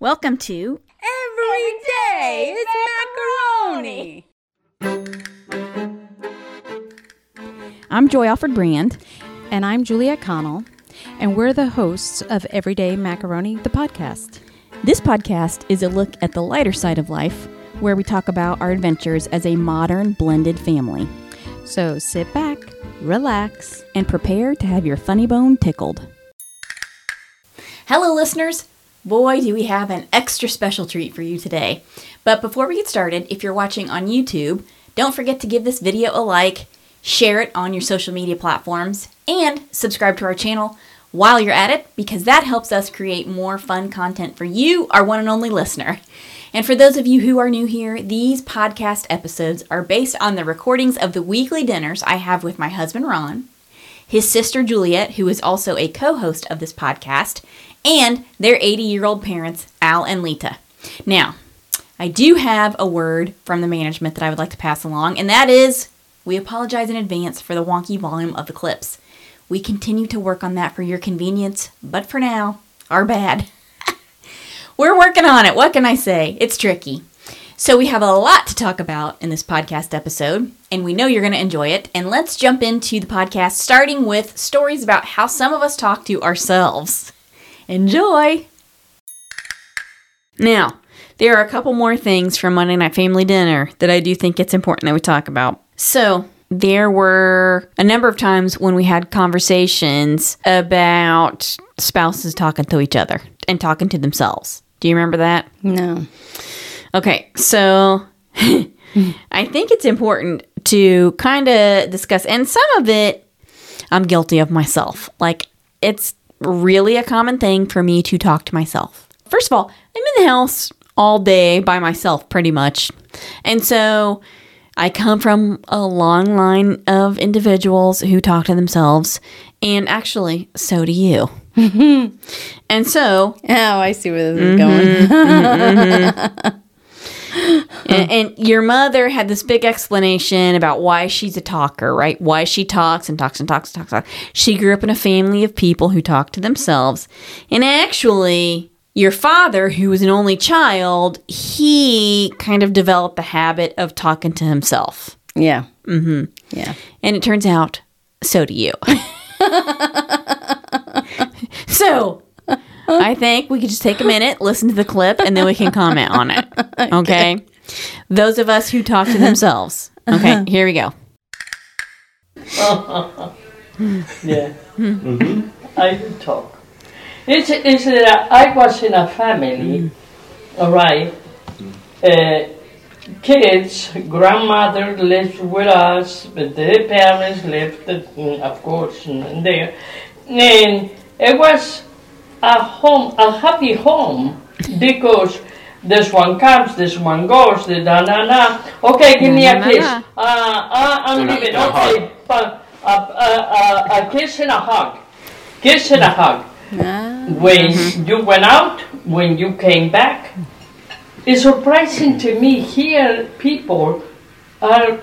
Welcome to Every day is macaroni. I'm Joy Alfred Brand. And I'm Juliet Connell, and we're the hosts of Everyday Macaroni, the podcast. This podcast is a look at the lighter side of life, where we talk about our adventures as a modern blended family So sit back, relax. and prepare to have your funny bone tickled. Hello, listeners. Boy, do we have an extra special treat for you today. But before we get started, if you're watching on YouTube, don't forget to give this video a like, share it on your social media platforms, and subscribe to our channel while you're at it because that helps us create more fun content for you, our one and only listener. And for those of you who are new here, these podcast episodes are based on the recordings of the weekly dinners I have with my husband Ron, his sister Juliet, who is also a co host of this podcast, and their 80 year old parents, Al and Lita. Now, I do have a word from the management that I would like to pass along, and that is we apologize in advance for the wonky volume of the clips. We continue to work on that for your convenience, but for now, our bad. We're working on it. What can I say? It's tricky. So, we have a lot to talk about in this podcast episode, and we know you're going to enjoy it. And let's jump into the podcast, starting with stories about how some of us talk to ourselves. Enjoy! Now, there are a couple more things from Monday Night Family Dinner that I do think it's important that we talk about. So, there were a number of times when we had conversations about spouses talking to each other and talking to themselves. Do you remember that? No. Okay, so I think it's important to kind of discuss, and some of it I'm guilty of myself. Like, it's really a common thing for me to talk to myself. First of all, I'm in the house all day by myself, pretty much. And so I come from a long line of individuals who talk to themselves, and actually, so do you. and so Oh, I see where this Mm-hmm. is going. and, and your mother had this big explanation about why she's a talker, right? Why she talks and talks and talks and talks. And talks. She grew up in a family of people who talk to themselves. And actually, your father, who was an only child, he kind of developed the habit of talking to himself. Yeah. Mm-hmm. Yeah. And it turns out, so do you. so I think we could just take a minute, listen to the clip, and then we can comment on it. Okay. Those of us who talk to themselves. Okay, here we go. Yeah. I do talk. It's, it's that I was in a family, all right? Uh, kids, grandmother lives with us, but their parents lived, mm, of course, mm, there. And it was a home, a happy home, because this one comes, this one goes, the da na na. Okay, give me a kiss. Uh, uh, I'm And a- leaving. and a hug. Okay, but uh, a, a, a, a uh, kiss and a hug. Kiss and a hug. Ah. When Mm-hmm. you went out, when you came back, it's surprising to me here people are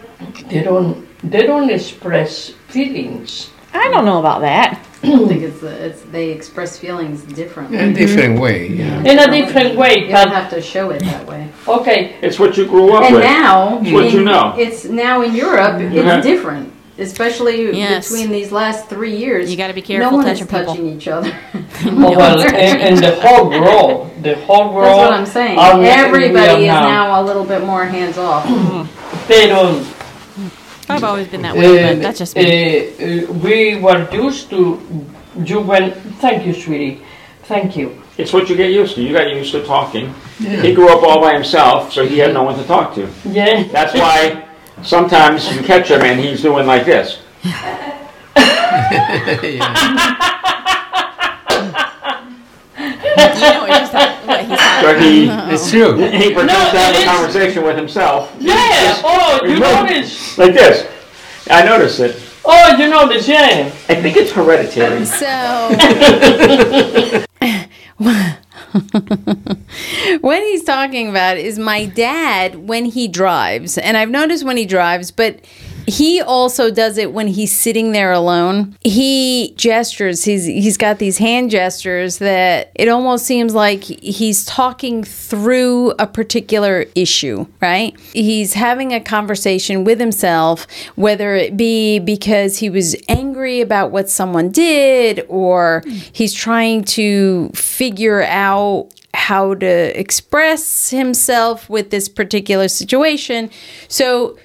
they don't they don't express feelings. I don't know about that. I think it's, the, it's they express feelings differently. In a different way, yeah. In a different way, You don't but have to show it that way. okay, It's what you grew up And with. now, What you know. it's now in Europe. It's Mhm. different, especially Yes. between these last three years. You gotta be careful No one touching is people. touching each other. oh, well, and, and the whole world, the whole world. That's what I'm saying. are we- Everybody we is are now a little bit more hands off. Pero I've always been that way, but Um, that's just me. uh, uh, we were used to you went. Thank you, sweetie. Thank you. It's what you get used to. You got used to talking. He grew up all by himself, so he had no one to talk to. Yeah. That's why sometimes you catch him and he's doing like this. So he, Oh. It's true. he pretends to have it a is- conversation with himself, Yeah. Oh, you Remember- notice. like this. I noticed it. Oh, you notice. Yeah. I think it's hereditary. So, what he's talking about is my dad when he drives. And I've noticed when he drives, but He also does it when he's sitting there alone. He gestures. He's he's got these hand gestures that it almost seems like he's talking through a particular issue, right? He's having a conversation with himself, whether it be because he was angry about what someone did or he's trying to figure out how to express himself with this particular situation. So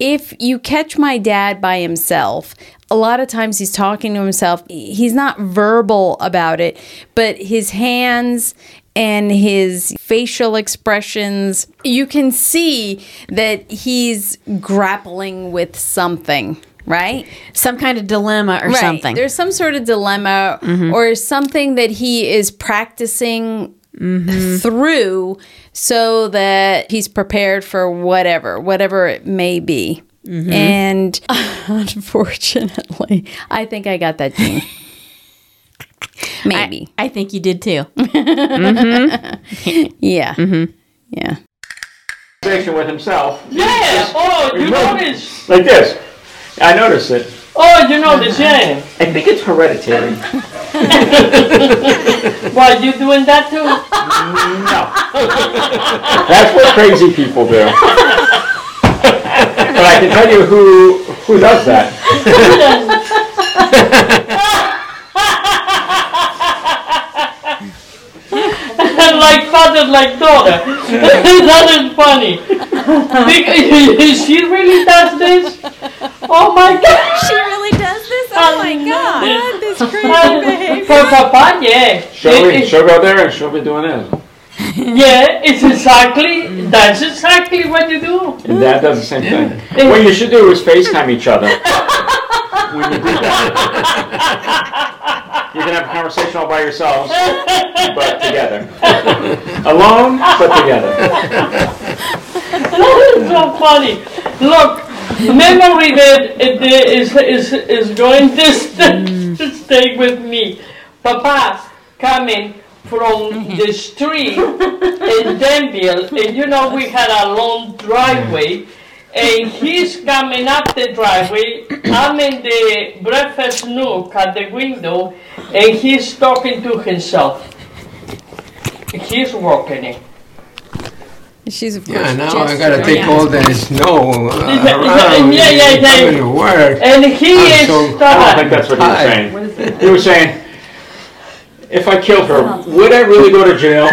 if you catch my dad by himself, a lot of times he's talking to himself. He's not verbal about it, but his hands and his facial expressions, you can see that he's grappling with something, right? Some kind of dilemma or Right. something. Mm-hmm. There's some sort of dilemma or something that he is practicing Mm-hmm. through so that he's prepared for whatever, whatever it may be. Mm-hmm. And unfortunately, I think I got that gene. Maybe. I think you did too. yeah. Mm-hmm. Yeah. Conversation with himself. Yeah. Oh, you notice. Like this. I noticed it. Oh, you notice. Yeah. I think it's hereditary. Why you doing that too? That's what crazy people do. but I can tell you who who does that. like father, like daughter. that is funny. Because she really does this. Oh my gosh. she really does this? Oh my God. This crazy For Papa, yeah. Eh, She'll, It- be, it- she'll go there and she'll be doing this. yeah, it's exactly, that's exactly what you do. And dad does the same thing. What you should do is FaceTime each other. when you do that. You can have a conversation all by yourselves, but together. Alone, but together. That is so funny. Look, memory that it- that is, is, is going to stay, to stay with me. Papa coming from the street in Denville, and you know we had a long driveway, and he's coming up the driveway. I'm in the breakfast nook at the window, and he's talking to himself. He's working it. She's, of course, Yeah, now I gesturing. gotta take all that snow uh, Yeah, around. yeah, yeah, yeah. and Coming to work. And he I'm is so- I don't stubborn. think that's what he was Hi. saying. What is it? He was saying, if I killed her, would I really go to jail?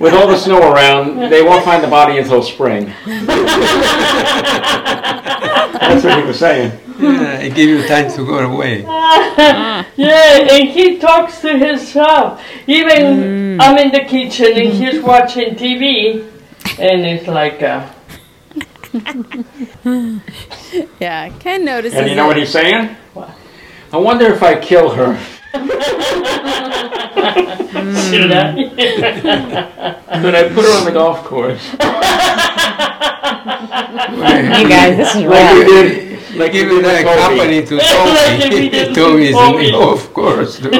With all the snow around, they won't find the body until spring. That's what he was saying. Yeah, I give you time to go away. Yeah, and he talks to himself. Even I'm in the kitchen and he's watching TV, and it's like, uh, Yeah. Ken notices. And you know it. what he's saying? I wonder if I kill her. you know, Could I put her on the golf course? Hey guys, this is Like you rad. did. Like you Give did me that with Toby. company to Like if he didn't Toby. Toby Toby. is in the of course. too.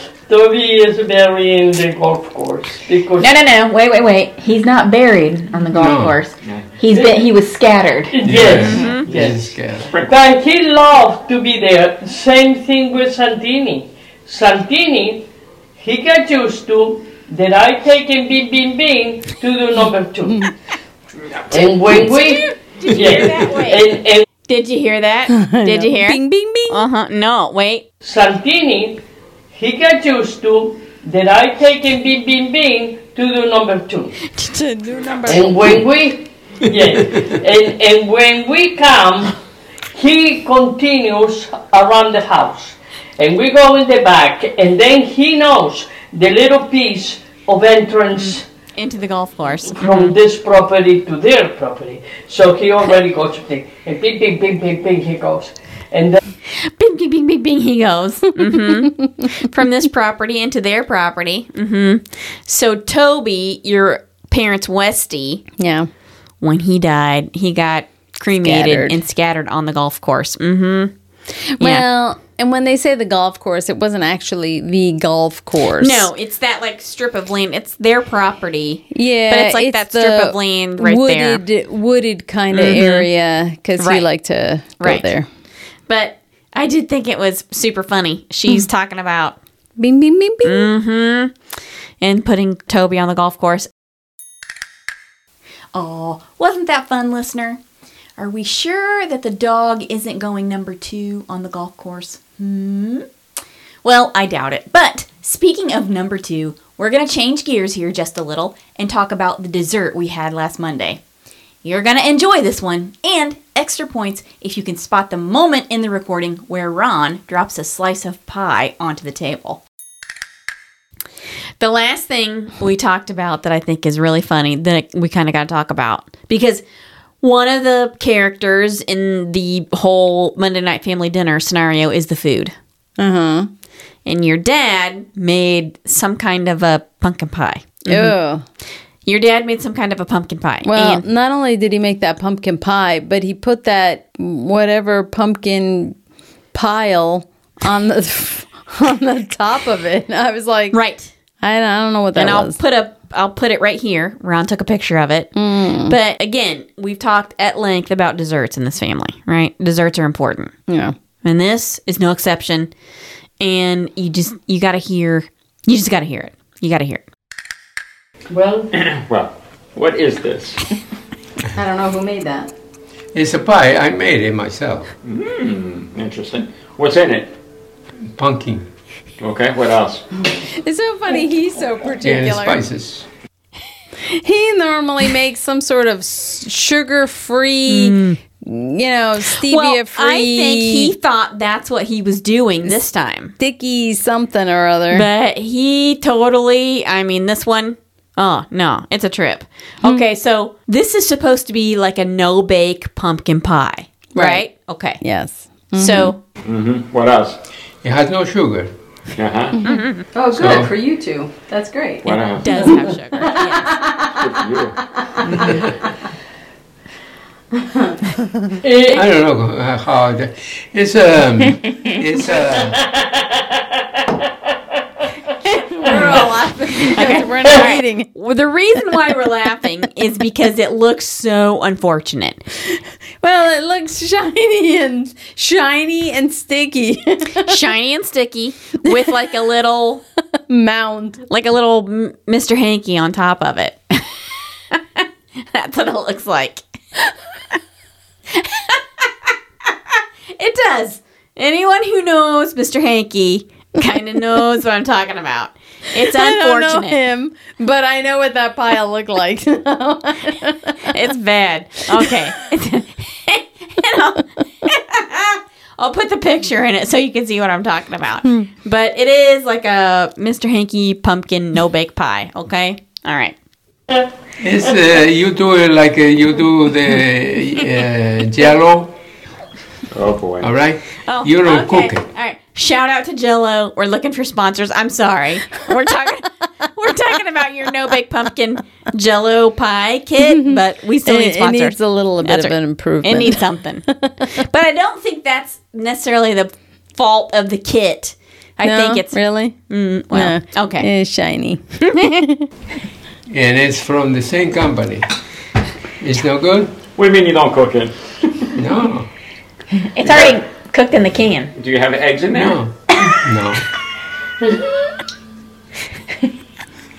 Toby is burying the golf course because No, no, no. Wait, wait, wait. He's not buried on the golf No. course. He's been, he was scattered. yes, Mm-hmm. Yeah, yes. he's scared. but he loved to be there. Same thing with Santini. Santini, he got used to that I take him bing bing bing to do number two, and when we. Yeah. And, and Did you hear that? Did you hear? Bing, bing, bing. Uh huh. No, wait. Santini, he got used to that I take him bing bing bing to do number two. And when we yeah, and, and when we come, he continues around the house. And we go in the back and then he knows the little piece of entrance Into the golf course. from this property to their property. So he already goes bing and bing bing bing bing bing he goes. And then Bing, bing, bing, bing, bing, he goes. Mhm. From this property into their property. hmm So, Toby, your parents, Westy, Yeah. when he died, he got cremated Scattered. and scattered on the golf course. hmm Well, and when they say the golf course, it wasn't actually the golf course. No, it's that like strip of land. It's their property. Yeah, but it's like that strip the of land right there. Mm-hmm. wooded, wooded kind of area because he Right. liked to go Right. there. But I did think it was super funny. She's talking about Bing, bing, bing, bing. and putting Toby on the golf course. Oh, wasn't that fun, listener? Are we sure that the dog isn't going number two on the golf course? Hmm. Well, I doubt it. But speaking of number two, we're going to change gears here just a little and talk about the dessert we had last Monday. You're going to enjoy this one and extra points if you can spot the moment in the recording where Ron drops a slice of pie onto the table. The last thing we talked about that I think is really funny that we kind of got to talk about because one of the characters in the whole Monday Night Family Dinner scenario is the food. Uh huh. Mm-hmm. And your dad made some kind of a pumpkin pie. Oh. Your dad made some kind of a pumpkin pie. Well, and not only did he make that pumpkin pie, but he put that whatever pumpkin pile on the on the top of it. I was like, right. I, I don't know what that and I'll was. put a I'll put it right here. Ron took a picture of it. Mm. But again, we've talked at length about desserts in this family, right? Desserts are important. yeah. and this is no exception and you just you gotta hear you just gotta hear it you gotta hear it Well, Well, what is this? I don't know who made that. It's a pie. I made it myself. Interesting. What's in it? Pumpkin Okay, what else? It's so funny. He's so and particular. spices. he normally makes some sort of sugar free, you know, stevia Mm. free, i think he thought that's what he was doing this time sticky something or other. but he totally i mean this one oh no it's a trip Hmm. okay so this is supposed to be like a no bake pumpkin pie right, Right. okay yes. so Mm-hmm. What else? It has no sugar. Uh-huh. Oh, good So- for you two. That's great. Mm-hmm. What else? does have sugar Good for you. eh, I don't know uh, how. The, it's um. it's uh. We're not eating. well, the reason why we're laughing is because it looks so unfortunate Well, it looks shiny and shiny and sticky. shiny and sticky with like a little Mound. like a little M- Mr. Hanky on top of it. That's what it looks like. it does. Anyone who knows Mr. Hanky kind of knows what I'm talking about. It's I don't know unfortunate. him, but I know what that pile looked like. It's bad. Okay. And I'll, I'll put the picture in it so you can see what I'm talking about. Hmm. But it is like a Mr. Hanky pumpkin no bake pie. Okay. All right. It's uh, you do it like uh, you do the uh, jello. Oh boy. All right. Oh, you don't okay. cook All right. Shout out to Jello. We're looking for sponsors. I'm sorry. We're talking. we're talking about your no bake pumpkin Jello pie kit, but we still need it, it sponsors. needs a little bit That's of right. an improvement. It needs something. but I don't think that's necessarily the fault of the kit. I No? think it's Mm, really well, no. okay. It's shiny. it, and it's from the same company. It's no good. What do you mean you don't cook it? No, It's already cooked in the can. Do you have eggs in there? no, no.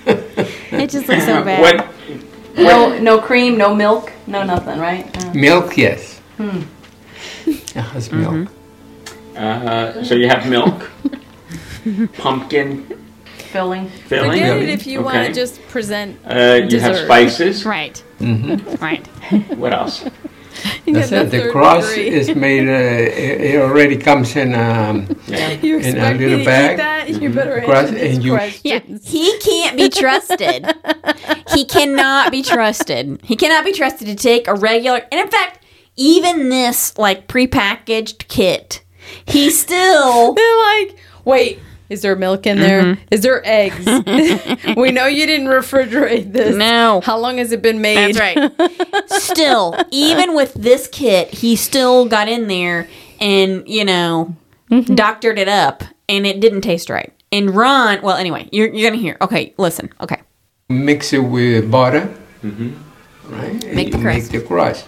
It just looks so bad. What? No, no cream, no milk, no nothing, right? Uh, Milk, yes. It has milk. Uh, so you have milk, pumpkin filling. filling. Forget Get it Yeah. if you want to Okay. just present. Uh, you have dessert. spices. Right. Right. What else? That's got it. The third cross degree. is made. Uh, it it already comes in. Um, You In a expect me to little eat bag. that? You better Cross- answer these and you- questions. Yeah. He can't be trusted. he cannot be trusted. He cannot be trusted to take a regular and in fact, even this like prepackaged kit, he still They're like, wait, is there milk in there? Is there eggs? we know you didn't refrigerate this. No. How long has it been made? That's right. still, even with this kit, he still got in there and you know Mm-hmm. doctored it up, and it didn't taste right. And Ron, well, anyway, you're you're gonna hear. Okay, listen. Okay, Mix it with butter. Right? Make the crust. Make the crust.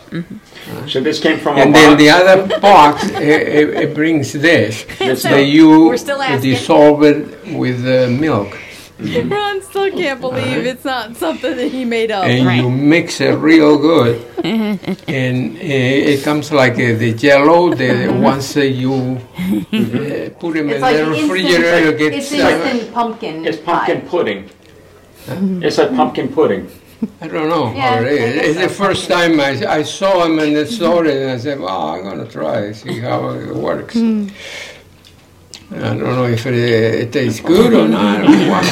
So this came from And a then box. the other box, it, it, it brings this. This- that you we're still asking. dissolve it with uh, milk. Ron still can't believe it's not something that he made up. and you mix it real good, and uh, it comes like uh, the Jello. The once uh, you uh, put them in Uh-huh. It's like the an instant- refrigerator, it It's gets uh, instant pumpkin. it's pumpkin pie. pudding. It's like pumpkin pudding. I don't know Yeah, how it is. I It's the guess so. first time I, I saw them in the store, and I said, "Well, I'm gonna try see how it works." Hmm. I don't know if it, uh, it tastes good or not. Or what.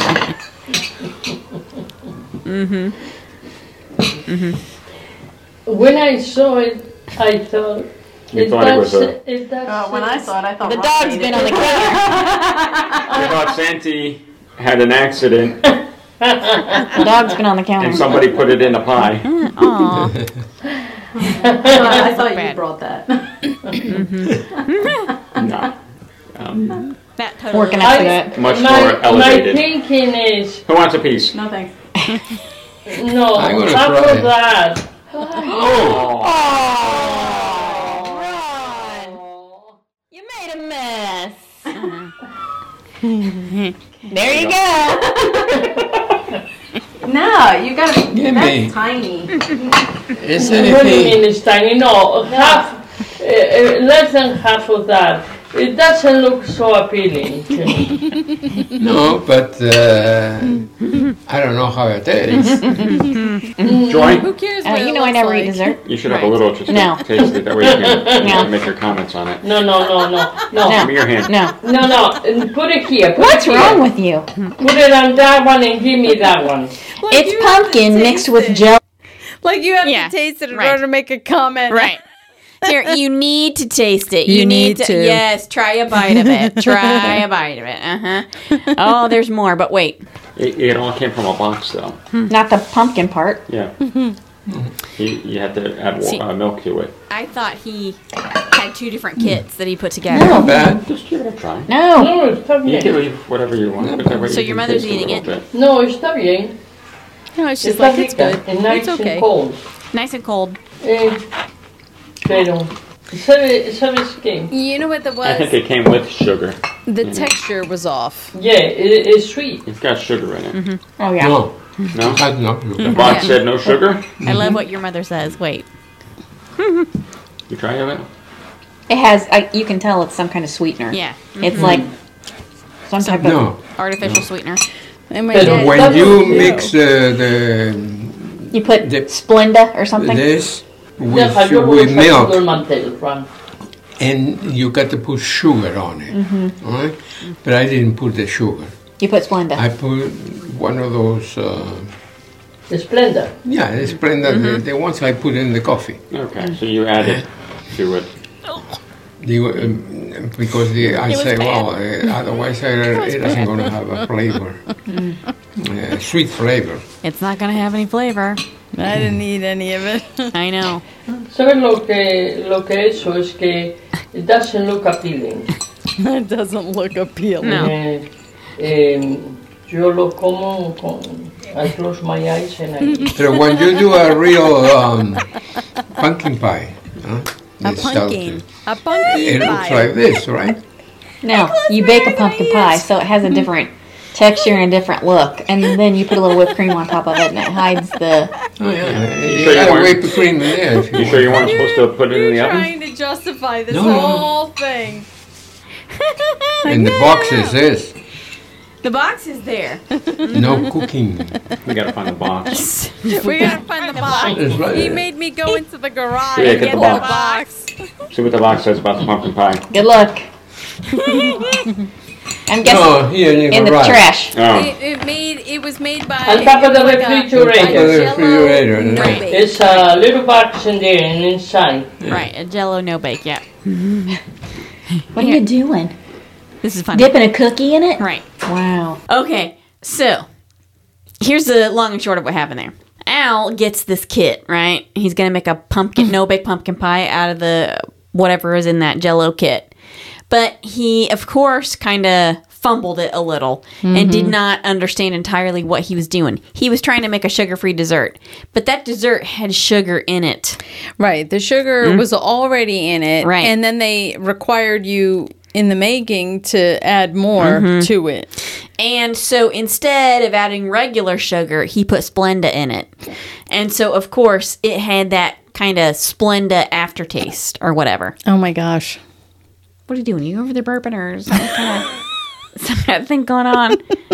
When I saw it, I thought. You it thought it was does- a- it does Oh, Uh, when I say- saw it, I thought The Rob dog's made been it. on the counter. I thought Santi had an accident The dog's been on the and counter. somebody put it in a pie. Aw. I thought you bad. brought that. No. Um, Working I- after that. Much my, more elevated. My thinking is Who wants a piece? No thanks. no. I'm gonna After try. that, Oh. You made a mess. there you go. No, you got to Give That's me. tiny. Is what do you anything? mean it's tiny? No, half, uh, uh, less than half of that. It doesn't look so appealing. to me. No, but uh, I don't know how it tastes. Joy, Here's Oh, Uh, what you it know I looks never like. eat dessert. you should have a little just No. to taste it. That way you can, you No. can make your comments on it. No, no, no, no, No. no, Give me your hand. No. no, no. and Put it here. Put What's it here. wrong with you? Put it on that one and give me that one. Like, you It's have to pumpkin taste mixed with it. gel. Like you have Yeah, to taste it in right. order to make a comment. here you need to taste it. You need to. Yes, try a bite of it. try a bite of it. Uh huh. Oh, there's more, but wait. It, it all came from a box, though. Not the pumpkin part. Yeah. Mm-hmm. you, you had to add wa- uh, milk to it. I thought he had two different kits that he put together. Not bad. Just give it a try. No. No, está You can bien. leave whatever you want. but that way So you your can mother's taste a eating little bit. No, está bien. No, it's just Está like it's rica good. and nice It's okay. and cold. Nice and cold. Eh, pero, ¿sabe- ¿sabes qué? You know what that I think was? it came with sugar. The texture was off. Yeah, eh, it, it's sweet. It's got sugar in it. Oh yeah. Oh. No, No? that's not good. The Hmm. box said no sugar. I Mm-hmm. love what your mother says. Wait. You try it? It has. I, you can tell it's some kind of sweetener. Yeah. Mm-hmm. It's like some type of. No. Artificial sweetener. And my But dad- When That's you what- mix uh, the You put Dip. Splenda or something. this with, Deja, yo voy with a usar todo el milk, mantel, Juan. and you got to put sugar on it, Mm-hmm. all right? But I didn't put the sugar. You put Splenda. I put one of those, uh, Splendor. yeah, the Splenda, Mm-hmm. the, the ones I put in the coffee, Okay, Mm. so you added to it. the, um, because the, I say, well, uh, otherwise I, it isn't going to have a flavor, Mm. uh, sweet flavor. It's not gonna have any flavor. I didn't eat any of it. I know. ¿Sabes lo que, lo que eso es que it doesn't look appealing? It doesn't look appealing. No. Eh, eh, yo lo como con... I close my eyes and I eat. So when you do a real um, pumpkin pie, huh? A this stuff, pumpkin. A pumpkin It looks pie. like this, right? No, you bake a pumpkin pie, so it has a different texture and a different look, and then you put a little whipped cream on top of it, and it hides the. Oh, yeah. You, sure you gotta weren't- whipped cream in there. if You sure you want. weren't supposed to put it in the oven? to justify this No, no, no. thing. And the box is this. The box is there. No cooking. We gotta find the box. We gotta find the box. It's right He there. made me go into the garage Yeah, and get get the the box. box. See what the box says about the pumpkin pie. Good luck. I'm guessing no, here in the in the garage. trash. Oh, It, it made. It was made by. On top of the like a- Top of refrigerator. the Jello refrigerator. no right. bake. It's a little box in there and inside. Right, a jello no bake, yeah. What are you doing? This is funny. Dipping a cookie in it? Right. Wow. Okay, so here's the long and short of what happened there. Al gets this kit, right? He's gonna make a pumpkin, no bake pumpkin pie out of the whatever is in that jello kit. But he, of course, kind of fumbled it a little and did not understand entirely what he was doing. He was trying to make a sugar free dessert, but that dessert had sugar in it. Right. The sugar was already in it. Mm-hmm. Right. And then they required you in the making to add more Mm-hmm. to it. And so instead of adding regular sugar, he put Splenda in it. And so, of course, it had that kind of Splenda aftertaste or whatever. Oh my gosh. What are you doing? You over there burping or some kind of, some kind of thing going on?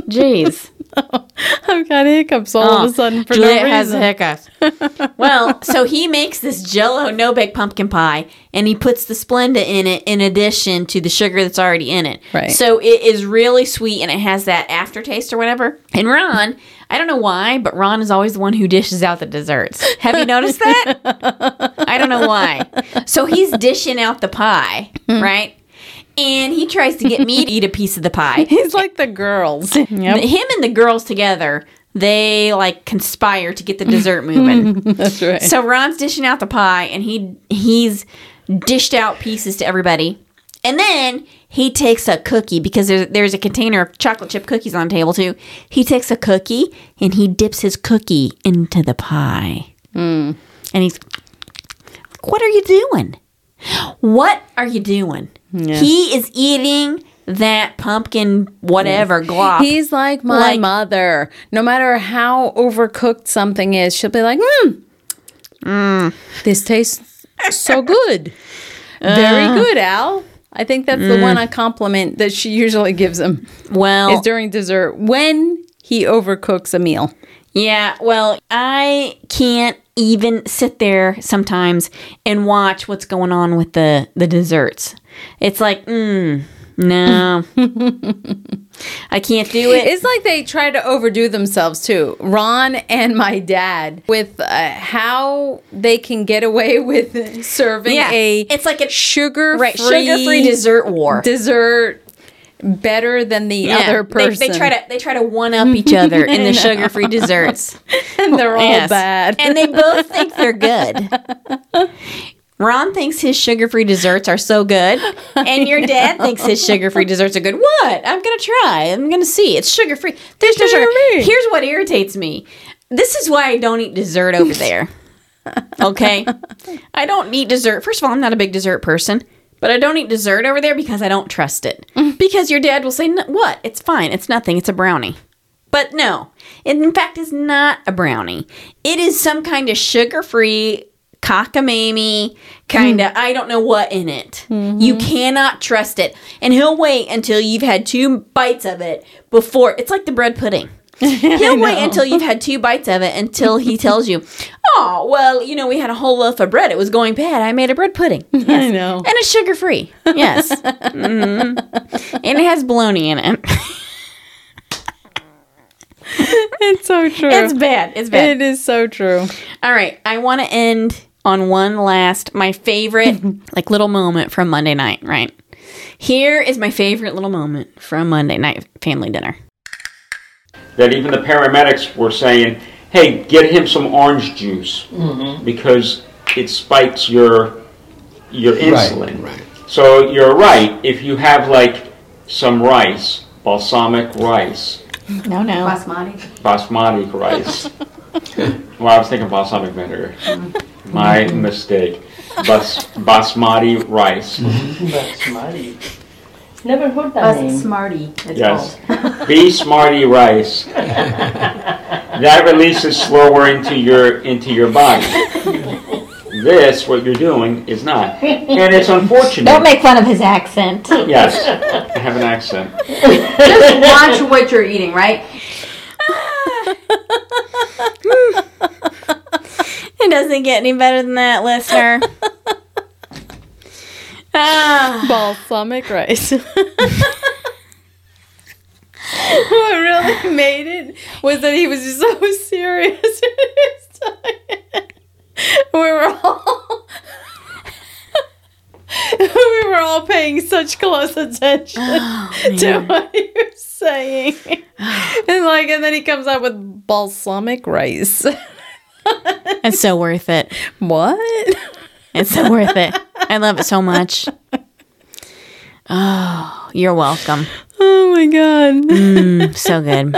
Jeez. I've got hiccups all of a sudden for no reason. Oh, has hiccups. well, so he makes this Jello no bake pumpkin pie, and he puts the Splenda in it in addition to the sugar that's already in it. Right. So it is really sweet, and it has that aftertaste or whatever. And Ron, I don't know why, but Ron is always the one who dishes out the desserts. Have you noticed that? I don't know why. So he's dishing out the pie, Hmm. right? And he tries to get me to eat a piece of the pie. He's like the girls. Yep. Him and the girls together, they like conspire to get the dessert moving. That's right. so Ron's dishing out the pie and he he's dished out pieces to everybody. And then he takes a cookie because there's, there's a container of chocolate chip cookies on the table too. He takes a cookie and he dips his cookie into the pie. Mm. And he's, what are you doing? What are you doing? He is eating that pumpkin whatever glop. He's like my Like- mother. No matter how overcooked something is, she'll be like, hmm, Mm. this tastes so good. Very Uh. good, Al. I think that's Mm. the one I compliment that she usually gives him well, is during dessert when he overcooks a meal. Yeah, well, I can't even sit there sometimes and watch what's going on with the the desserts. It's like, mm, no, I can't do it. It's like they try to overdo themselves too. Ron and my dad with uh, how they can get away with serving yeah, a it's like a sugar right sugar free dessert war. dessert better than the Yeah, other they- person. They, try to they try to one up each other in the sugar free desserts. and they're all Yes. bad. And they both think they're good. Ron thinks his sugar free desserts are so good, and your dad thinks his sugar free desserts are good. What? I'm going to try. I'm going to see. It's sugar free. There's no sugar. Here's what irritates me this is why I don't eat dessert over there. Okay? I don't eat dessert. First of all, I'm not a big dessert person, but I don't eat dessert over there because I don't trust it. Mm. because your dad will say, "No- What? It's fine. It's nothing. It's a brownie. But no, it in fact is not a brownie. It is some kind of sugar free cockamamie kind of I don't know what in it. You cannot trust it. And he'll wait until you've had two bites of it before it's like the bread pudding. He'll wait until you've had two bites of it until he tells you, "Oh, well, you know, we had a whole loaf of bread. It was going bad. I made a bread pudding." I know. And it's sugar free. Yes. mm And it has bologna in it. It's so true. It's bad. It's bad. It is so true. All right, I want to end on one last my favorite like little moment from Monday night, right? Here is my favorite little moment from Monday night family dinner. that even the paramedics were saying, "Hey, get him some orange juice because it spikes your your insulin." Right, right. So you're right. If you have like some rice, balsamic rice, No, no. Basmati. basmati rice. well, I was thinking balsamic vinegar. My mistake. Bas- basmati rice. That's mighty. Never heard that Bas name. Smarty. It's Yes. called. Be smarty rice. that releases slower into your into your body. This, what you're doing, is not. And it's unfortunate. Don't make fun of his accent. yes. I have an accent. Just watch what you're eating, right? It doesn't get any better than that, listener. ah, Balsamic rice. what really made it was that he was just so serious. when he was doing it. we were all we were all paying such close attention to what he was saying, and like, and then he comes out with balsamic rice. it's so worth it. what? It's so worth it. I love it so much. Oh, you're welcome. Oh my god. So good.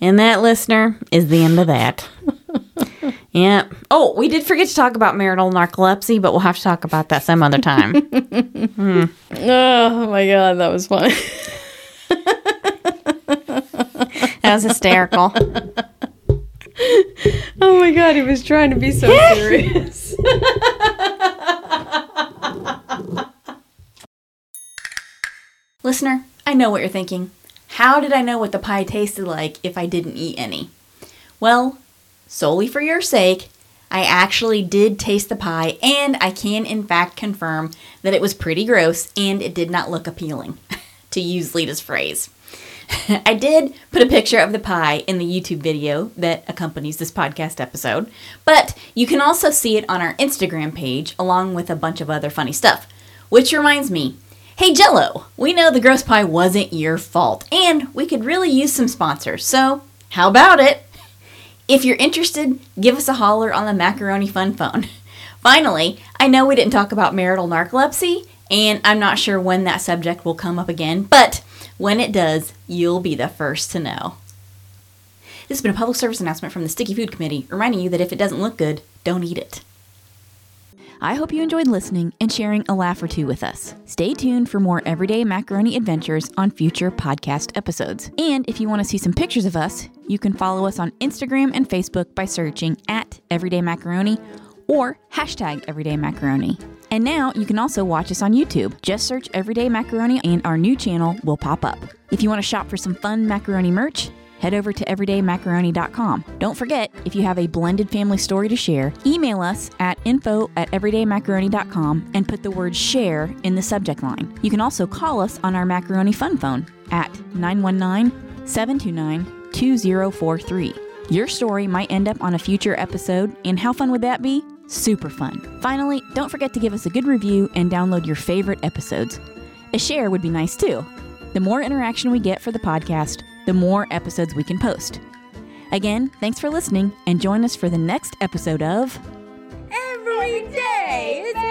And that, listener, is the end of that. Yep. Oh, we did forget to talk about marital narcolepsy, but we'll have to talk about that some other time. Oh my god, that was Oh, fun. That was hysterical. Oh my god, he was trying to be so serious. Listener, I know what you're thinking. How did I know what the pie tasted like if I didn't eat any? Well, solely for your sake, I actually did taste the pie, and I can in fact confirm that it was pretty gross and it did not look appealing, to use Lita's phrase. I did put a picture of the pie in the YouTube video that accompanies this podcast episode, but you can also see it on our Instagram page along with a bunch of other funny stuff. Which reminds me, hey Jello, we know the gross pie wasn't your fault, and we could really use some sponsors, so how about it? If you're interested, give us a holler on the Macaroni Fun phone. Finally, I know we didn't talk about marital narcolepsy, and I'm not sure when that subject will come up again, but when it does, you'll be the first to know. This has been a public service announcement from the Sticky Food Committee, reminding you that if it doesn't look good, don't eat it. I hope you enjoyed listening and sharing a laugh or two with us. Stay tuned for more everyday macaroni adventures on future podcast episodes. And if you want to see some pictures of us, you can follow us on Instagram and Facebook by searching at Everyday Macaroni or hashtag Everyday Macaroni. And now you can also watch us on YouTube. Just search Everyday Macaroni and our new channel will pop up. If you want to shop for some fun macaroni merch, head over to everydaymacaroni.com. Don't forget, if you have a blended family story to share, email us at info at everydaymacaroni.com and put the word share in the subject line. You can also call us on our Macaroni Fun Phone at 919 729 2043. Your story might end up on a future episode, and how fun would that be? Super fun. Finally, don't forget to give us a good review and download your favorite episodes. A share would be nice too. The more interaction we get for the podcast, the more episodes we can post. Again, thanks for listening and join us for the next episode of Every Day is